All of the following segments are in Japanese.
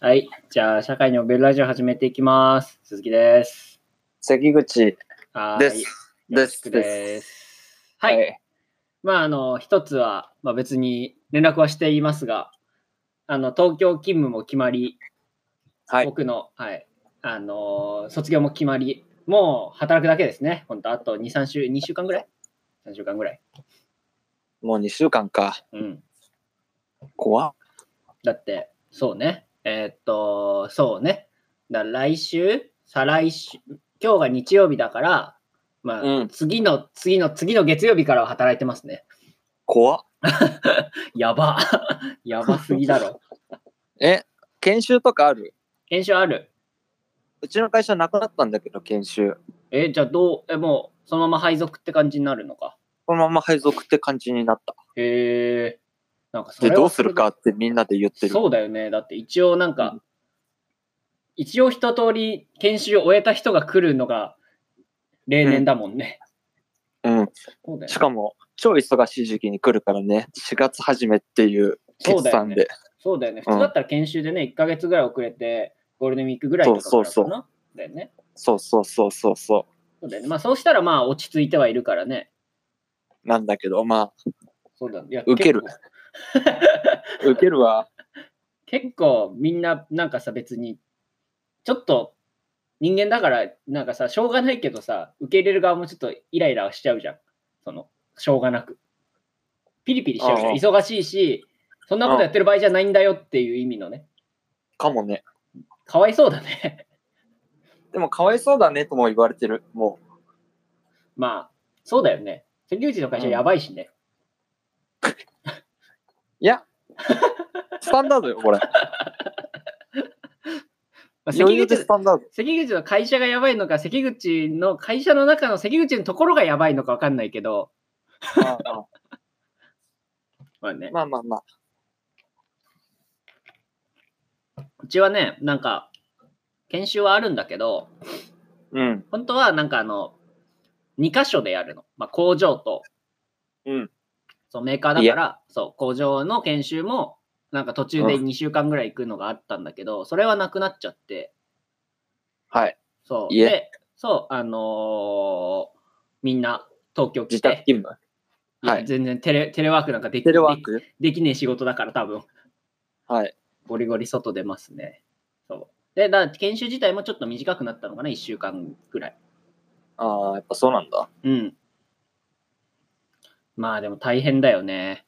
はい。じゃあ、社会におべるラジオ始めていきます。鈴木です。関口はーいです。。よろしくでです。はい。まあ、あの、一つは、まあ、別に連絡はしていますが、あの、東京勤務も決まり、はい。僕の、はい、あのー卒業も決まり、もう働くだけですね。本当あと2、3週、2週間ぐらい ?3 週間ぐらい。もう2週間か。うん。怖っだって、そうね。えーっと、そうね。だ来週、再来週、今日が日曜日だから、まあ、うん次の、次の、次の月曜日からは働いてますね。怖っやば。 やばすぎだ ろ。え、研修とかある研修ある。うちの会社なくなったんだけど、研修。え、じゃあどう、え、もう、そのまま配属って感じになるのか。このまま配属って感じになった。へえ。なんかそれで、はどうするかってみんなで言ってる。そうだよね。だって一応なんか、う一応一通り研修を終えた人が来るのが例年だもんね。うん。そうだよしね。かも、超忙しい時期に来るからね。4月初めっていうそう決だよ算ねで。。そうだよね。普うん通だったら研修でね、1ヶ月ぐらい遅れて、ゴールデンウィークぐらいとかからかな。そうそうだよね。そうそうそうそうそそうだよね。まあそうしたらまあ落ち着いてはいるからね。う。なんだけど、まそうだね。いや受ける結あ、受けるわ。構結構みんななんかさ別に、ちょっと人間だからなんかさ、しょうがないけどさ、受け入れる側もちょっとイライラしちゃうじゃん。その、しょうがなく。ピリピリしちゃうじゃん。ああ忙しいし、そんなことやってる場合じゃないんだよっていう意味のね。かもね。かわいそうだね。 でも、かわいそうだねとも言われてる。もまあ、そうだよね。関口の会社やばいしね。う。い や、スタンダードよ、これ。まあ関余裕で口スタンダード。関口の会社がやばいのか、関口の会社の中の関口のところがやばいのか分かんないけど、ああまあね、まあまあまあ。うちはね、なんか、研修はあるんだけど、うん。本当はなんかあの、2箇所でやるの。まあ、工場と、うん。そうメーカーだから、そう、工場の研修も、なんか途中でうん2週間ぐらい行くのがあったんだけど、それはなくなっちゃって、はい。そう、いえで、そう、あのーみんな東京来自宅て、勤務。はいや全然テレテレワークなんかできテレワークできねえ仕事だから多分はい。ゴリゴリ外出ますね。そうでだ研修自体もちょっと短くなったのかな1週間ぐらい。ああ、やっぱそうなんだ。うん。まあでも大変だよね。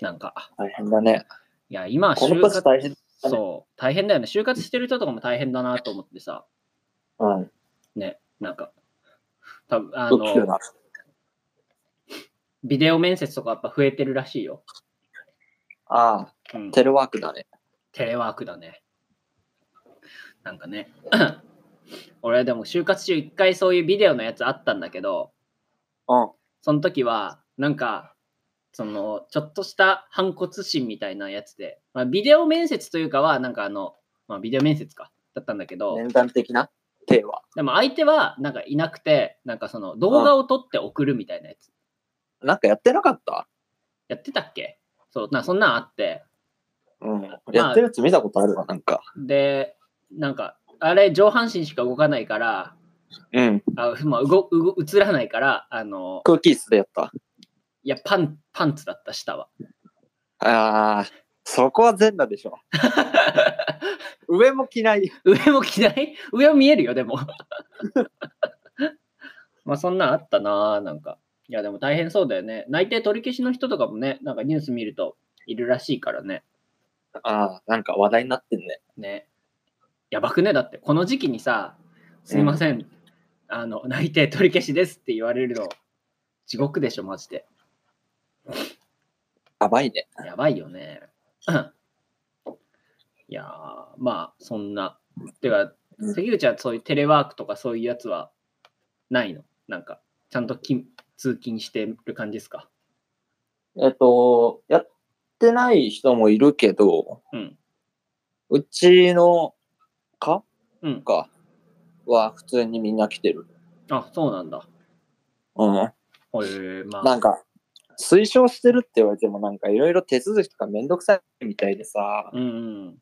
なんか大変だね。いや今はこの就年活大変だねそう大変だよね。就活してる人とかも大変だなと思ってさうん。ねなんか多分あどっちだのな。ビデオ面接とかやっぱ増えてるらしいよ。あうんあ、テレワークだね。テレワークだね。なんかね。 俺でも就活中一回そういうビデオのやつあったんだけど、うん。その時はなんか、そのちょっとした反骨心みたいなやつで、まあ、ビデオ面接というかはなんかあの、まあ、ビデオ面接かだったんだけど、面談的な手は。でも相手はなんかいなくて、なんかその動画を撮って送るみたいなやつ。なんかやってなかったやってたっけそう、なそんなんあって、うん。あやってるやつ見たことあるわ、なんか。で、なんか、あれ上半身しか動かないから、うん。あまあ、うごうご映らないから、あの、空気椅子でやった。いや、パン、パンツだった、下は。ああ、そこは全裸でし ょ。上も着ない。上も着ない 上は見えるよ、でも。 まあ、そんなんあったな、なんか。いや、でも大変そうだよね。内定取り消しの人とかもね、なんかニュース見るといるらしいからね。ああ、なんか話題になってんね。ね。やばくね、だって、この時期にさ、すいません、あの、内定取り消しですって言われるの、地獄でしょ、マジで。やばいね。やばいよね。 いやー、まあ、そんな。てか、うん関口はそういうテレワークとかそういうやつはないのなんか、ちゃんとき通勤してる感じですかえっと、やってない人もいるけど、うん。うちのかうん。かは普通にみんな来てる。あ、そうなんだ。うん。へえまなあ、んか、推奨してるって言われてもなんかいろいろ手続きとかめんどくさいみたいでさ、うんうん。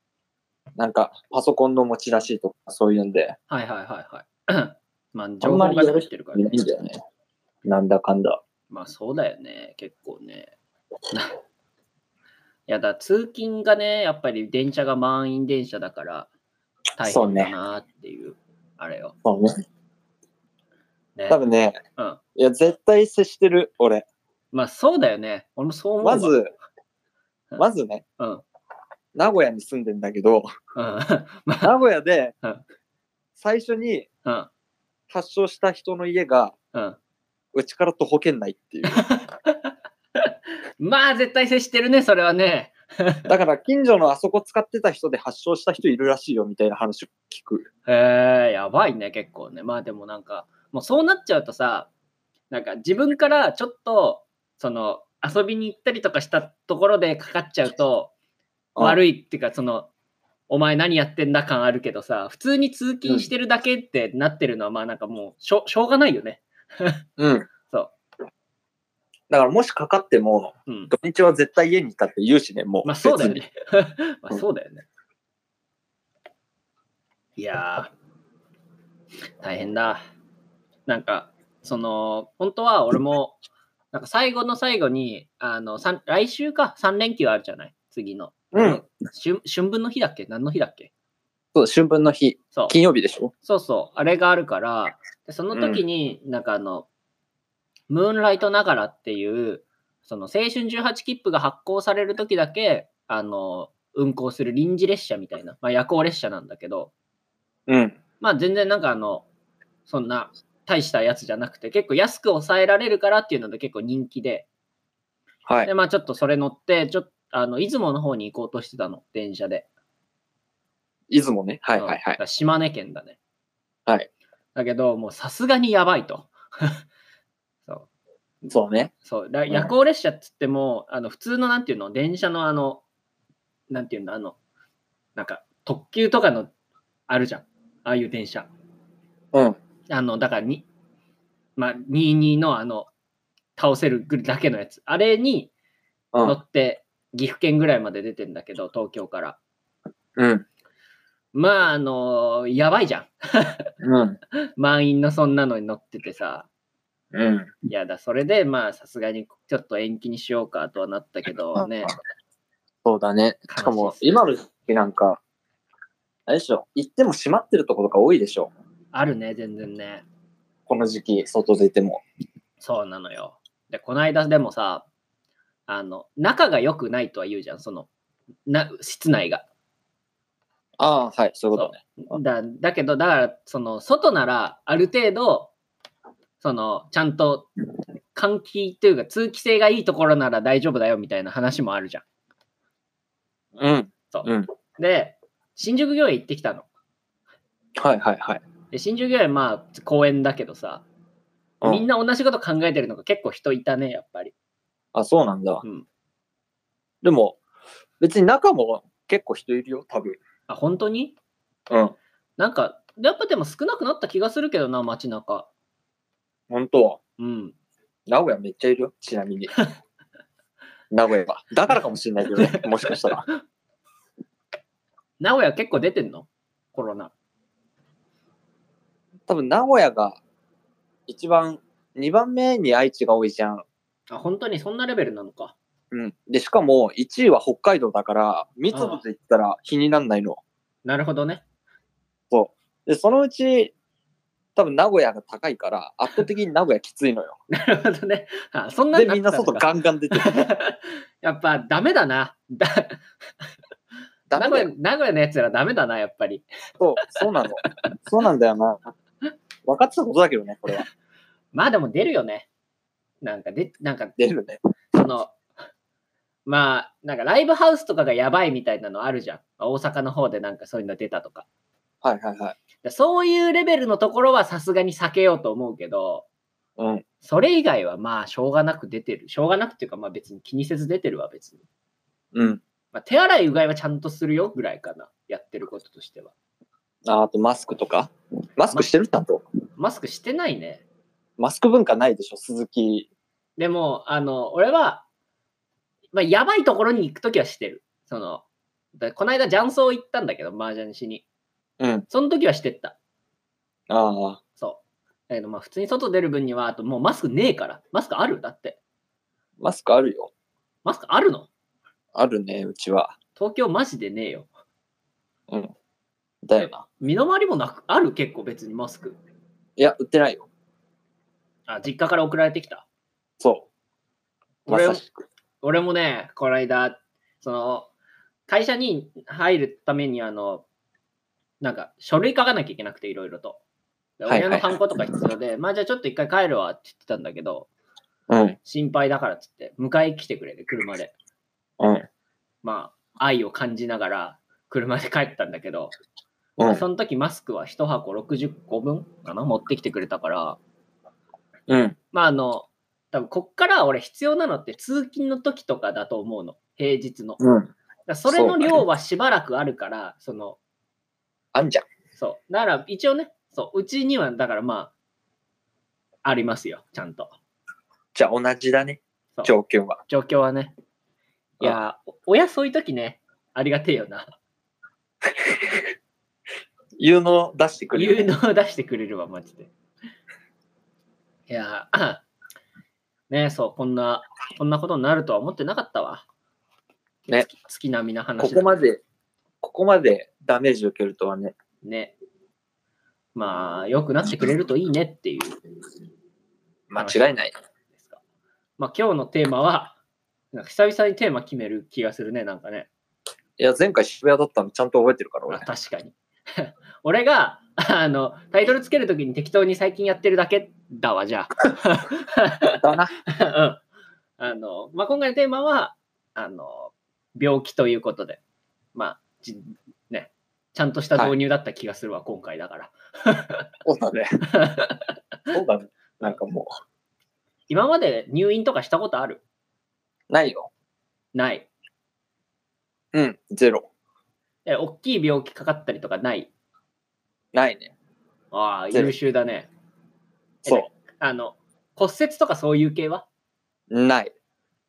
なんか、パソコンの持ち出しとか、そういうんで、はいはいはい はい。まあ、あ情ん報まがり入やっる人ているからなね。いんだよね。なんだかんだ。まあそうだよね、結構ね。いやだ、通勤がね、やっぱり電車が満員電車だから、大そう変ねだなっていう、あれよ。そうね。ね、多分ね、うん。いや、絶対接してる、俺。まあそうだよね。俺もそう思うわ。まず、うんまずね、うん。 名古屋に住んでんだけど、うん。名古屋でうん、最初にうん。発症した人の家が、うん。うちから徒歩圏内っていう。まあ絶対接してるね、それはね。だから、近所のあそこ使ってた人で発症した人いるらしいよ、みたいな話を聞く。へえ、やばいね、結構ね。まあでもなんか、もうそうなっちゃうとさ、なんか自分からちょっと、その、遊びに行ったりとかしたところでかかっちゃうと、悪いっていうか、その、お前何やってんだ感あるけどさ、普通に通勤してるだけってなってるのは、まあなんかもうしょ、しょうがないよね。うん。そう。だから、もしかかっても、うん。土日は絶対家にいたって言うしね、もう。まあそうだよ別に。ね。 まあそうだよね。いやー、大変だ。なんか、その、本当は俺も、なんか最後の最後に、あの、さん来週か、3連休あるじゃない次の。うん。春春分の日だっけ何の日だっけそう、春分の日、そう。金曜日でしょそうそう、あれがあるから、でその時に、なんかあの、ムーンライトながらっていう、その青春18切符が発行される時だけ、あの、運行する臨時列車みたいな、まあ、夜行列車なんだけど、うん。まあ全然なんかあの、そんな大したやつじゃなくて、結構安く抑えられるからっていうので結構人気で、はい。で、まあちょっとそれ乗って、ちょっと、あの、出雲の方に行こうとしてたの、電車で。出雲ね。はいうんはいはだいか。ら島根県だね。はい。だけど、もうさすがにやばいと。 そう。そうね。そう。だん夜行列車っつっても、あの、普通のなんていうの、電車のあの、なんていうんだ、あの、なんか、特急とかの、あるじゃん。ああいう電車。うん。あの、だからに、まあ、22のあの、倒せるだけのやつ。あれにう乗ん。って、岐阜県ぐらいまで出てんだけど、東京から。うん。まあ、あの、やばいじゃん。うん。満員のそんなのに乗っててさ、うん。いやだ、それでまあさすがにちょっと延期にしようかとはなったけ どね、そうだね。しか悲もし、いっすね今の時期なんか、あれでしょ、行っても閉まってるところが多いでしょ。あるね、全然ね。この時期、外出ても。そうなのよ。で、こないだでもさ、あの、仲が良くないとは言うじゃん、その、な室内が。ああ、はい、そういうことね。だだけど、だから、その、外ならある程度、その、ちゃんと換気というか通気性がいいところなら大丈夫だよみたいな話もあるじゃん。うん。で、新宿御苑行ってきたの。はいはいはい。で新宿御苑まあ公園だけどさうんみんな同じこと考えてるのが結構人いたねやっぱり、あ、そうなんだう。ん、でも、別に中も結構人いるよ、多分。あ本当にうん。なんかやっぱでも少なくなった気がするけどな街中本当は。うん名古屋めっちゃいるよ、ちなみに。名古屋は。だからかもしれないけどね、もしかしたら。名古屋結構出てんのコロナ多分名古屋が一番、2番目に愛知が多いじゃん。あ本当にそんなレベルなのかうん。で、しかも1位は北海道だから、密度で言ったら比になんないの。なるほどね で、そのうち、多分名古屋が高いから、圧倒的に名古屋きついのよ。なるほどねあそんなで、になっみてんなたの外かガンガン出てる。やっぱダメだなだ名古屋。ダメだよ名古屋のやつらダメだなやっぱりそう、そうなの。そうなんだよな。分かってたことだけどね、これは。まあでも出るよねなんかでなんか出るね。その、まあ、なんかライブハウスとかがやばいみたいなのあるじゃん。大阪の方でなんかそういうの出たとか。はいはいはい。でそういうレベルのところはさすがに避けようと思うけど、うん。それ以外はまあ、しょうがなく出てる。しょうがなくっていうか、まあ別に気にせず出てるわ、別に。うん。まあ、手洗いうがいはちゃんとするよぐらいかな。やってることとしては。ああとマスクとか。マスクしてるちゃんと。マスクしてないね。マスク文化ないでしょ、鈴木。でも、あの、俺は、まあ、やばいところに行くときはしてる。その、だこの間、雀荘行ったんだけど、麻雀しに。うん。その時はしてった。ああ。そう。だけど、まあ、普通に外出る分には、あともうマスクねえから。マスクあるだって。マスクあるよ。マスクあるのあるね、うちは。東京マジでねえよ。だよな。身の回りもなく、ある結構別にマスク。いや、売ってないよ。あ、実家から送られてきた。そう。ま俺さしく。俺もね、この間、その、会社に入るために、あの、なんか、書類書かなきゃいけなくて、いろいろと。ではいは親いのハンコとか必要で、まあじゃあちょっと一回帰るわって言ってたんだけど、うん。心配だからっつって、迎えに来てくれて、車で。うん。まあ、愛を感じながら、車で帰ったんだけど、うん。その時マスクは1箱60個分かな持ってきてくれたから、うん。まああの、多分こっから俺必要なのって通勤の時とかだと思うの、平日の。うん。だからそれそのうだね量はしばらくあるから、その、あんじゃん。そう。だから一応ね、そう、うちには、だからまあ、ありますよ、ちゃんと。じゃあ同じだねそ。う状況は。状況はね。いやー、お親そういう時ね、ありがてえよな。有能出してくれる。誘導を出してくれるわ、マジで。いやー、ねそう、こんな、こんなことになるとは思ってなかったわ。ね月。月並みな話だここまで、ここまでダメージ受けるとはね。ね。まあ、良くなってくれるといいねっていう。間違いない。ですか。まあ今日のテーマは、なんか久々にテーマ決める気がするね、なんかね。いや、前回渋谷だったのちゃんと覚えてるから、あ 俺。確かに。俺が、あの、タイトルつけるときに適当に最近やってるだけだわ、じゃだな。あ。 うん。あの、まあ今回のテーマは、あの、病気ということで、まあ、じね、ちゃんとした導入だった気がするわ、今回だから。そう だね。そうだね。なんかも今まで入院とかしたことあるう、ないよ。ない。うん、ゼロ。え、大きい病気かかったりとかないないね。ああ、ゼロ優秀だね。そあの、骨折とかそういう系はう。ない。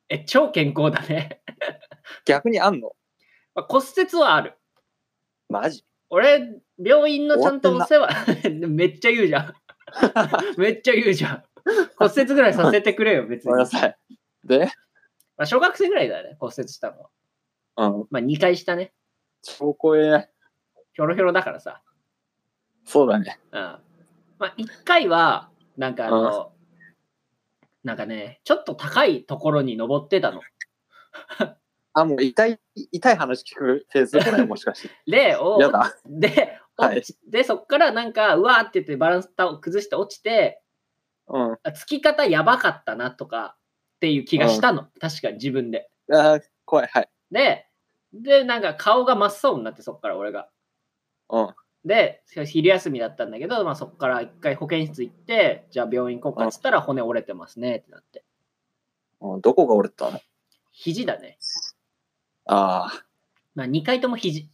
え、超健康だね。 逆にあんのまあ骨折はある。マジ俺、病院のちゃんとお世話、 めっちゃ言うじゃん。 めっちゃ言うじゃん。骨折ぐらいさせてくれよ、別に。ごめんなまさい。で、あ、小学生ぐらいだね、骨折したのは。うん、まあ、2回したね。超怖え。ひょろひょろだからさ。そうだね。うん。まあ、1回は、なんかあの、なんかね、ちょっと高いところに登ってたの。あ、もう痛い、痛い話聞くフェーズじゃないも しかして。で、おやだ。で、はい落ちで、そっからなんか、うわーって言ってバランスを崩して落ちて、うん。あつき方やばかったなとかっていう気がしたの。確かに自分で。あー怖い。はい。で、で、なんか顔が真っ青になって、そっから俺が。うん。で、昼休みだったんだけど、まあ、そっから一回保健室行って、じゃあ病院行こうかっつったら骨折れてますねってなって。うん、どこが折れたの肘だね。ああ。まあ、2回とも肘。い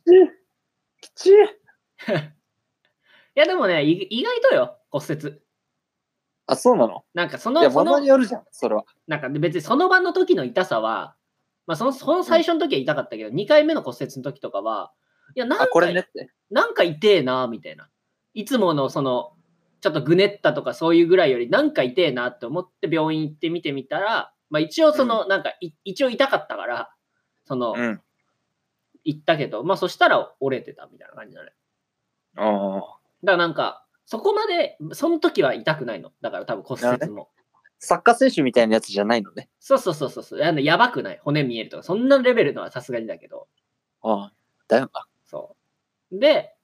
きちい。や、でもね、い意外とよ、骨折。あ、そうなのなんかそいや、の、そ物のに、よるじゃん、それは。なんかで別にその場の時の痛さは、まあ、そのその最初の時は痛かったけど、2回目の骨折の時とかは、いや、なんかあ、これねって。なんか痛えな、みたいな。いつものその、ちょっとぐねったとかそういうぐらいより、なんか痛えなって思って病院行って見てみたら、まあ一応その、なんかい、一応痛かったから、その、うん。行ったけど、まあそしたら折れてたみたいな感じだね。ああ。だからなんか、そこまで、その時は痛くないの。だから多分骨折も。サッカー選手みたいなやつじゃないのね。そうそうそうそうそう。あのやばくない。骨見えるとか、そんなレベルのはさすがにだけど。ああ。だよな。そう。で、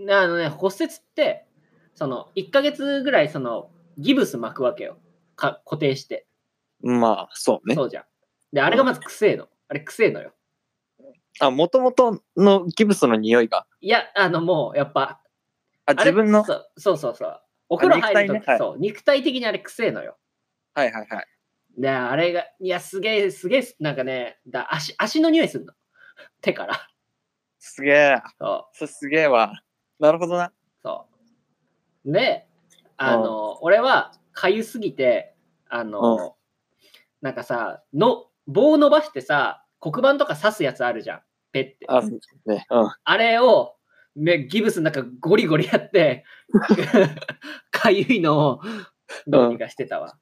あのね、骨折って、その、1ヶ月ぐらい、その、ギブス巻くわけよ。か固定して。まあ、そうね。そうじゃん。で、あれがまずくせえの。あれくせえのよ。あ、もともとのギブスの匂いが。いや、あの、もう、やっぱ、あ、あれ自分の。そうそうそうそう。お風呂入ると肉体ねはいそう、肉体的にあれくせえのよ。はいはいはい。で、あれが、いや、すげえ、すげえ、なんかね、だ足、足の匂いすんの。手から。すげえ。そう。それすげえわ。なるほどな。そう。で、あの、俺は、かゆすぎて、あの、なんかさ、の、棒伸ばしてさ、黒板とか刺すやつあるじゃん。ペッて。あ、ね、うん。あれを、ね、ギブスの中ゴリゴリや って、かゆいのをどうにかしてたわ。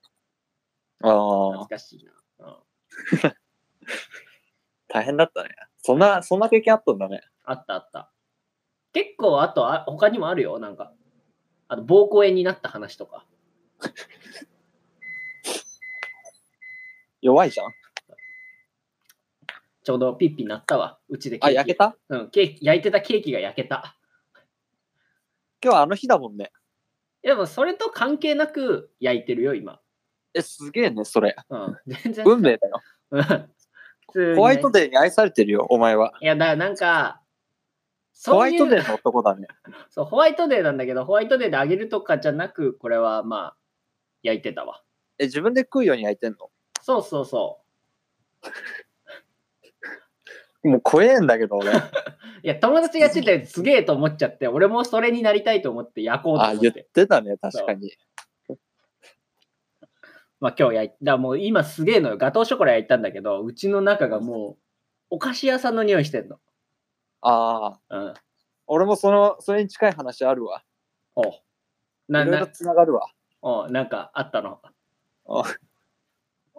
ああ懐、かしいな。うん大変だったね。そんな、そんな経験あったんだね。あったあった。結構、あとあ、他にもあるよ、なんか。あと、膀胱炎になった話とか。弱いじゃん。ちょうどピッピになったわ、うちでケーあ、キ。焼けたうん、ケーキ、焼いてたケーキが焼けた。今日はあの日だもんね。でも、それと関係なく焼いてるよ、今。え、すげえね、それ。 うん、全然。運命だよ。うん普通にねホワイトデーに愛されてるよ、お前は。いや、だからなんか、ホそワうイいうトデーの男だね。そう、ホワイトデーなんだけど、ホワイトデーであげるとかじゃなく、これはまあ、焼いてたわ。え、自分で食うように焼いてんのそうそうそもう怖えんだけど、俺。う。いや、友達がやってたやつすげえと思っちゃって、俺もそれになりたいと思って焼こうとあ、思言っ。っててたね、確かに。まあ今日焼いだからもう今すげえのよ。ガトーショコラ焼いたんだけど、うちの中がもう、お菓子屋さんの匂いしてんの。ああ、うん。俺もその、それに近い話あるわ。おうないろいろなつながるわ。おうなんかあったの。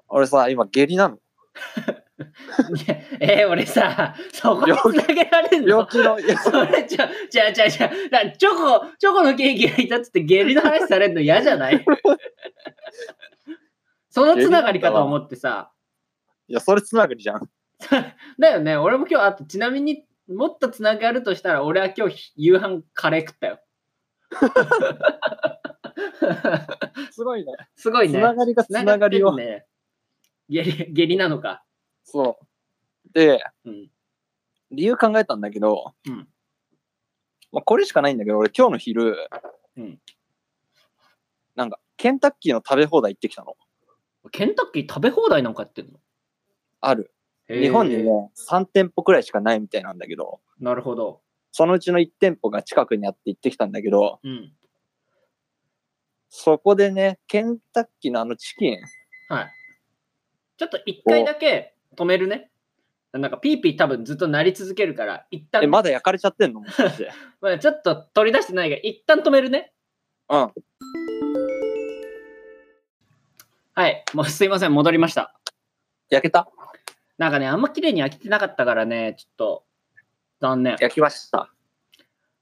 俺さ、今、下 痢なの。いやえー、俺さ、そこにつなげられんの病気の、いや、それじゃ、じゃあじゃあじゃあだチョコ、チョコのケーキがいたっつって下痢の話されるの嫌じゃないそのつながりかと思ってさ。いやそれつながりじゃん。だよね、俺も今日、あとちなみにもっとつながるとしたら、俺は今日夕飯カレー食ったよ。すごいね。すごいつね。ながりがつながりを。繋ってんね。下痢、下痢なのか。そう。で、うん。理由考えたんだけど、うんまあ、これしかないんだけど、俺今日の昼、うんなんか、ケンタッキーの食べ放題行ってきたの。ケンタッキー食べ放題なんかやってんのある。日本に。へーね、3店舗くらいしかないみたいなんだけど、なるほど。そのうちの1店舗が近くにあって行ってきたんだけど、うん。そこでね、ケンタッキーのあのチキン、はい。ちょっと一回だけ止めるね。なんかピーピー多分ずっと鳴り続けるから、一え、旦、ままだ焼かれちゃってんのもしかし て。あ、ちょっと取り出してないが、一旦止めるね。うん。はい。もうすいません、戻りました。焼けたなんかね、あんま綺麗に焼けてなかったからね、ちょっと、残念。焼きました。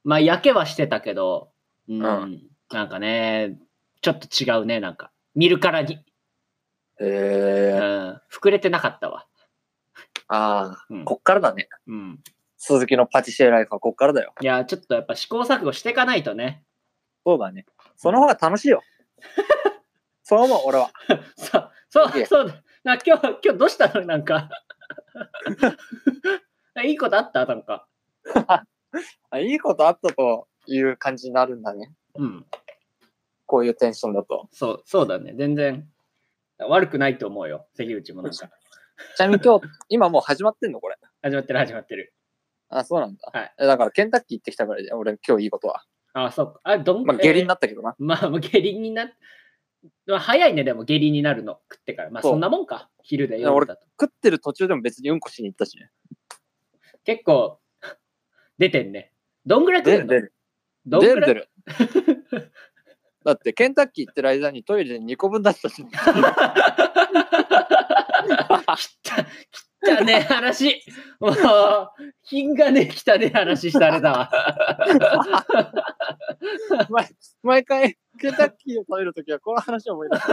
まあ、焼けはしてたけど、うん。うんなんかね、ちょっと違うね、なんか。見るからに。へうえ。ん。膨れてなかったわ。ああ、うんこっからだね。うん。鈴木のパティシエライフはこっからだよ。いや、ちょっとやっぱ試行錯誤していかないとね。 そうだね。その方が楽しいよ。そう思う、俺は。そう、そ、いうえそうだ。な今日、今日どうしたのなんか。 いいことあったなんか。あいいことあったという感じになるんだね。うん。こういうテンションだと。そう、そうだね。全然悪くないと思うよ。関口もなんか。ちなみ に今日、今もう始まってんのこれ。始まってる、始まってる。あ、そうなんだ。はいえだから、ケンタッキー行ってきたからいいよ、俺今日いいことは。ああ、そうか。あ、どんまあ、下痢にな、なったけどな。まあ、もう下痢になまあ、早いね、でも下痢になるの。食ってから。まあ、そうそんなもんか。昼でいや夜俺だと。食ってる途中でも別にうんこしに行ったしね。結構、 出てんね。どんぐらい食出えんるの出る。どん出ぐるら出いる。 だって、ケンタッキー行ってる間にトイレで2個分出したし、 汚ねえ話。もう、品がね、汚ねえ話されたわ。毎毎回、ケンタッキーを食べるときはこの話を思い出す。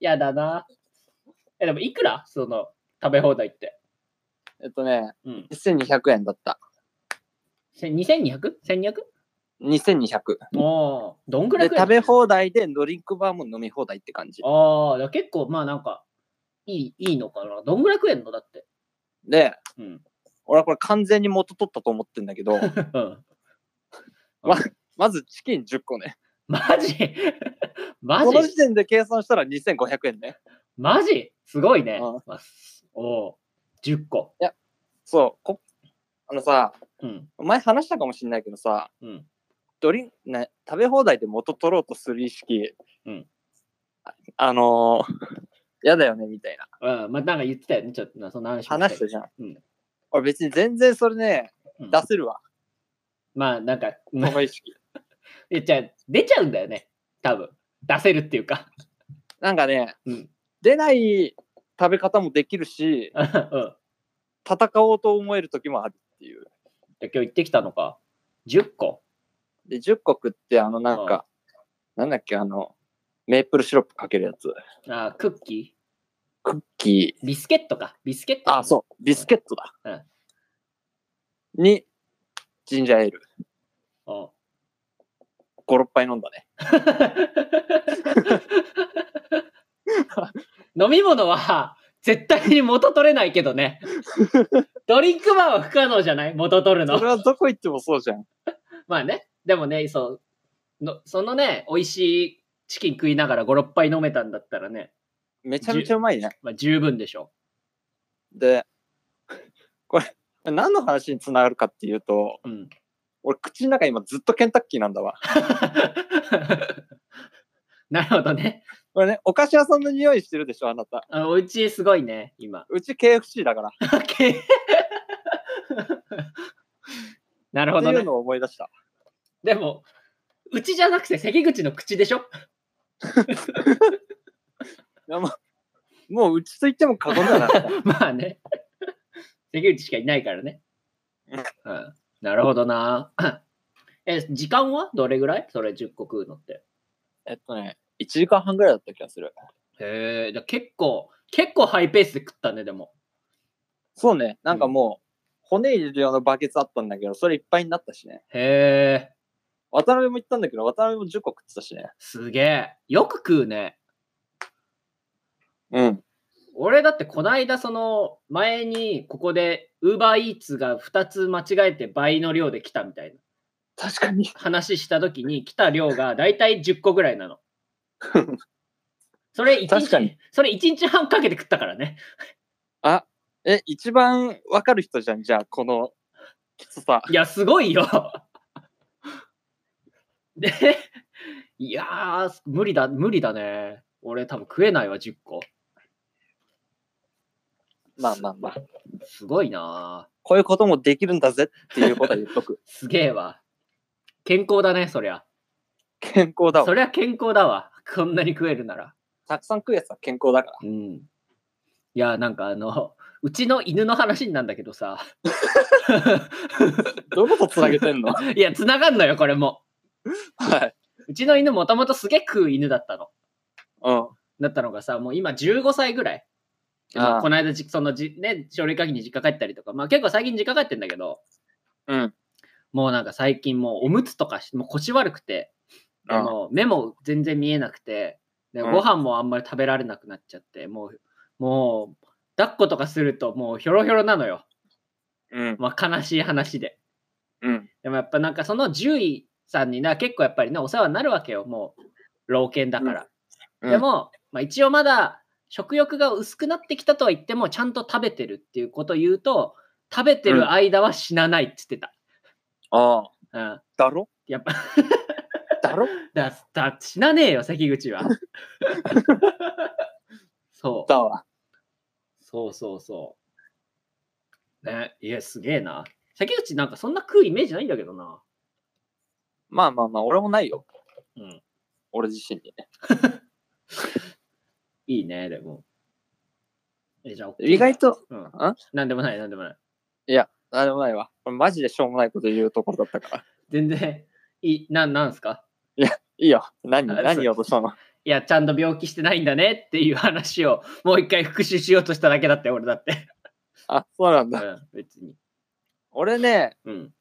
やだな。え、でもいくらその、食べ放題って。えっとね、うん。 1200円だった。 2200?1200? 2200。おー、どんぐらで、い食えんの食べ放題でドリンクバーも飲み放題って感じ。あー、だから結構、まあなんか、いい、いいのかな。どんぐらい食えんのだって。で、うん。俺はこれ完全に元取ったと思ってんだけ ど、うんまずチキン10個ね。マジマこのジ時点で計算したら2500円ね。マジすごいね。うんまあすおー、10個。そう。こあのさ、うん。前話したかもしれないけどさ、うん。ドリンね、食べ放題で元取ろうとする意識、うんあ、あのー、やだよねみたいなうん、まあなんか言ってたよね。ちょっとな、そんな話も話ししたたけじゃん。うん俺別に全然それね、うん出せるわ。まあなんか、そまあの意識。えじゃあ出ちゃうんだよね、多分出せるっていうか。 なんかね、うん出ない食べ方もできるし、うん。じゃあ戦おうと思える時もあるっていう。今日行ってきたのか。10個で、10個食って、あの、なんか、なんだっけ、あの、メープルシロップかけるやつ。あークッキクッキービスケットか。ビスケッー。ト。あ、そう。ビスケットだ。うんに、ジンジャーエール。うん。 5、6杯飲んだね。 飲み物は絶対に元取れないけどね。ドリンクバーは不可能じゃない元取るそれの。はどこ行ってもそうじゃん。まあね。でもね、そうのそのね、美味しいチキン食いながら5、6杯飲めたんだったらね、めちゃめちゃうまいね。まあ、十分でしょで、これ、何の話につながるかっていうと、う。うん。 俺、口の中今ずっとケンタッキーなんだわ。なるほどね。これね、お菓子屋さんの匂いしてるでしょ、あなた。あおうちすごいね、今。うち KFC だから。なるほってどいうね。のを思い出した。でも、うちじゃなくて関口の口でしょ いやもう、もううちと言っても過言ではない。まあね。関口しかいないからね。うんうん、なるほどな。え、時間はどれぐらいそれ10個食うのって。えっとね、1時間半ぐらいだった気がする。へえ、じゃあ結構、結構ハイペースで食ったね、でも。そうね、なんかもう、骨入れる用のバケツあったんだけど、それいっぱいになったしね。へえ、渡辺も行ったんだけど、渡辺も10個食ってたしね。すげえ。よく食うね。うん。俺だってこないだその前にここで UberEats が2つ間違えて倍の量で来たみたいな確かに。話した時に来た量がだいたい10個ぐらいなの。それ1確かに日、それ1日半かけて食ったからね。あ、え、一番わかる人じゃん、じゃあ、この、きつさ。いや、すごいよ。で、いやー、無理だ、無理だね。俺多分食えないわ、10個。まあまあまあ。すごいなこういうこともできるんだぜっていうことは言っとく ー。。すげえわ。健康だね、そりゃ。健康だわそ。りゃ健康だわ。こんなに食えるなら。たくさん食うやつは健康だから。うん。いやー、なんかあの、うちの犬の話になんだけどさ。 どういうことつなげてんの はいや、繋がんのよ、これも。い。うちの犬もともとすげえ食う犬だったの。うん。だったのがさ、もう今15歳ぐらい。でまあああこの間じ、そのじ、ね、書類書きに実家帰ったりとか、まあ結構最近実家帰ってんだけど、うん。もうなんか最近もうおむつとかし、もう腰悪くて、あああの目も全然見えなくて、でうんご飯もあんまり食べられなくなっちゃって、もう、もう、抱っことかするともうひょろひょろなのよ。うん。まあ悲しい話で。うん。でもやっぱなんかその獣医さんにな、結構やっぱりね、お世話になるわけよ、もう、老犬だから。うんでも、まあ、一応まだ食欲が薄くなってきたとは言っても、ちゃんと食べてるっていうことを言うと、食べてる間は死なないって言ってた。ああ。うん、だろやっぱだろだだ、死なねえよ、関口 は。そう。だわ。そうそうそう。ね、いや、すげえな。関口なんかそんな食うイメージないんだけどな。まあまあまあ、俺もないよ。うん。俺自身にね。いいね、でも。え、じゃあ、意外と、うん。んなんでもない、なんでもない。なんでもないわ。これマジでしょうもないこと言うところだったから。全然、いい、なん、なんすかいいよ。何、あ何言おうとしたのいや、ちゃんと病気してないんだねっていう話をもう一回復習しようとしただけだって、俺だって。あ、そうなんうだ。ん、別に。俺ね、うん、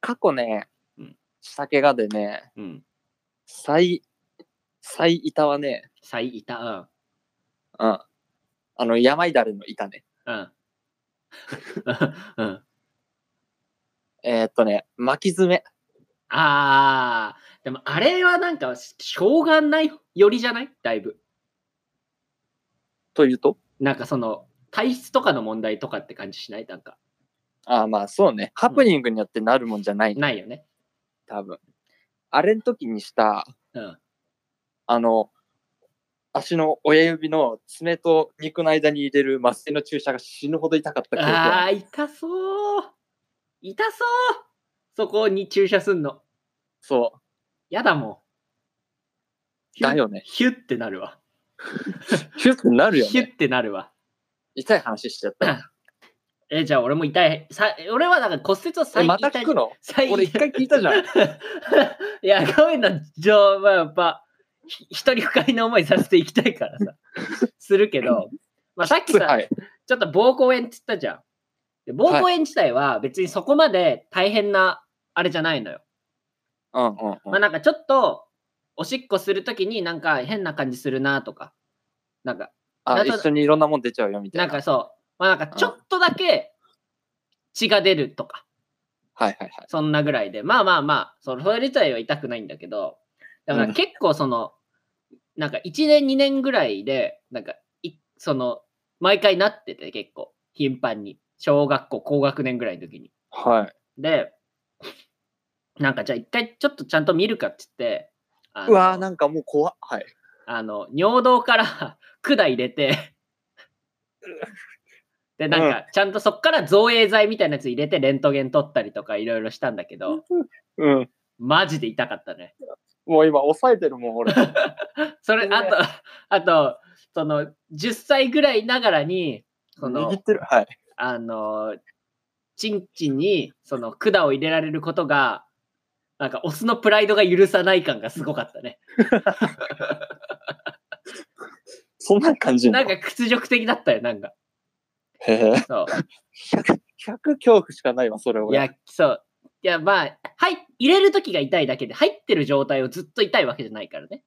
過去ねうん、酒がでね、うん。最、最板はね、最痛、うん。あの、病だれの板ね。うん、 うん。うん、えー、っとね、巻き爪。あー、でもあれはなんか、しょうがないよりじゃないだいぶ。というとなんかその、体質とかの問題とかって感じしないなんか、あまあそうね。ハプニングによってなるもんじゃない、ないよね。多分。あれの時にした、うん。あの、足の親指の爪と肉の間に入れる麻酔の注射が死ぬほど痛かった記憶あはあ、痛そう。痛そう。そこに注射すんの。そやだもん。う。だよね。ヒュッてなるわ。ヒュッてなるよヒュね。ッてなるわ。痛い話しちゃった。え、じゃあ俺も痛い。さ俺はなんか骨折はえ最また聞くのの最俺一回聞いたじゃ ん。いや、ごめんな、じゃあまあやっぱ、ひ一人不快な思いさせていきたいから さ、するけど、まあ、さっきさ、はい。ちょっと膀胱炎って言ったじゃん。で膀胱炎自体は別にそこまで大変なあれじゃないのよ。うんうんまうあん。なんかちょっと、おしっこするときになんか変な感じするなとか、なんか、あ、なんか一緒にいろんなもん出ちゃうよみたないんな。かそう、まあなんかちょっとだけ血が出るとか、はいはいはい。そんなぐらいで、まあまあまあ、そのそれ自体は痛くないんだけど、だからうん結構その、なんか1年2年ぐらいで、なんかい、その、毎回なってて結構、頻繁に。小学校高学年ぐらいの時に。はい。で、なんかじゃあ一回ちょっとちゃんと見るかって言って、あのうわーなんかもう怖っはい。あの尿道から 管入れて、で、なんか、ちゃんとそっから造影剤みたいなやつ入れて、レントゲン取ったりとかいろいろしたんだけど、うん。マジで痛かったね。もう今抑えてるもん俺。それ、ねあと、 あと、その、10歳ぐらいながらに、 そ握のっ、てる。はい。あの、チンチンに、その、管を入れられることが、なんか、オスのプライドが許さない感がすごかったね。そんな感じななんの。か、屈辱的だったよ、なんか。へえ。そ100、100恐怖しかないわ、それう。い俺。や、そう。いや、まあ、はい、入れるときが痛いだけで、入ってる状態をずっと痛いわけじゃないからね。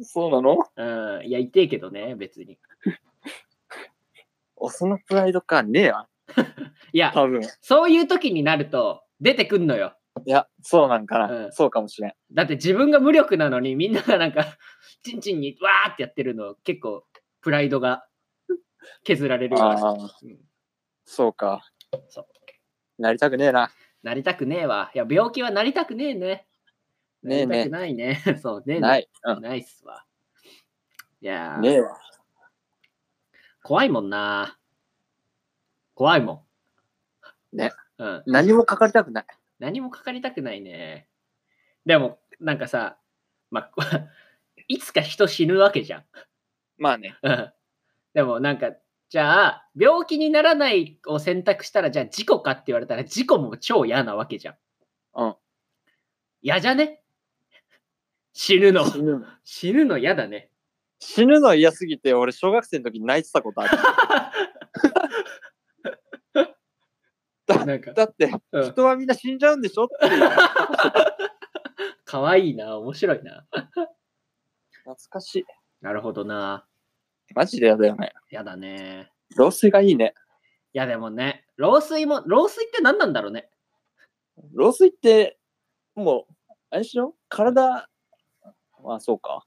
そうなのうん。いや、痛いけどね、別に。オスのプライドか、ねえや。いや、多分。いそういう時になると、出てくんのよ。や、そうなんかな。うんそうかもしれん。だって自分が無力なのにみんながなんか チンチンにわーってやってるの結構プライドが削られるようなあーうんそうか。そうなりたくねえな。なりたくねえわいや病気はなりたくねえねねえねえなりたくないね そうねえねない。うないっすわいやーん。ねえわ。怖いもんな怖いもんねうん何も書かれたくない。何もかかりたくないねでもなんかさま あいつか人死ぬわけじゃんまあね。うんでもなんかじゃあ病気にならないを選択したらじゃあ事故かって言われたら事故も超嫌なわけじゃん。うん。嫌じゃね死ぬの。死ぬの。死ぬの嫌だね。死ぬの嫌すぎて、俺、小学生の時泣いて たことある。なんか、だって、うん、人はみんな死んじゃうんでしょっていう。かわいいな、面白いな。懐かしい。なるほどな。マジで嫌だよね。嫌だね。老衰がいいね。いやでもね、老衰も、老衰って何なんだろうね。老衰って、もう、あれでしょ体、まあそうか。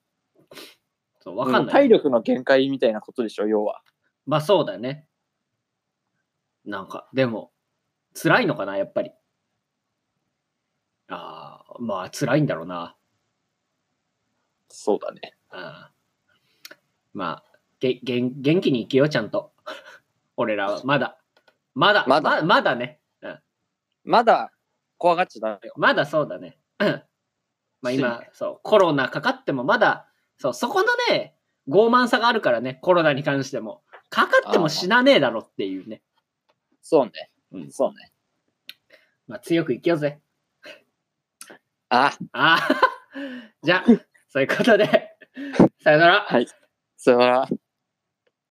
そう、わかんうない。体力の限界みたいなことでしょ、要は。まあそうだね。なんか、でも、辛いのかな、やっぱり。ああ、まあ辛いんだろうな。そうだね。あーまあ、げげん元気に生きよう、ちゃんと。 俺らは、まだ。まだ、まだままだね、うん。まだ怖がっちゃダメよ。まだそうだね。うんまあつい今ね、そう、コロナかかってもまだ、そう、そこのね、傲慢さがあるからね、コロナに関しても。かかっても死なねえだろっていうね。そうね。うんそうね。まあ強く生きようぜ。あ、 ああ、じゃあ、そういうことで、さよなら。はいさよなら。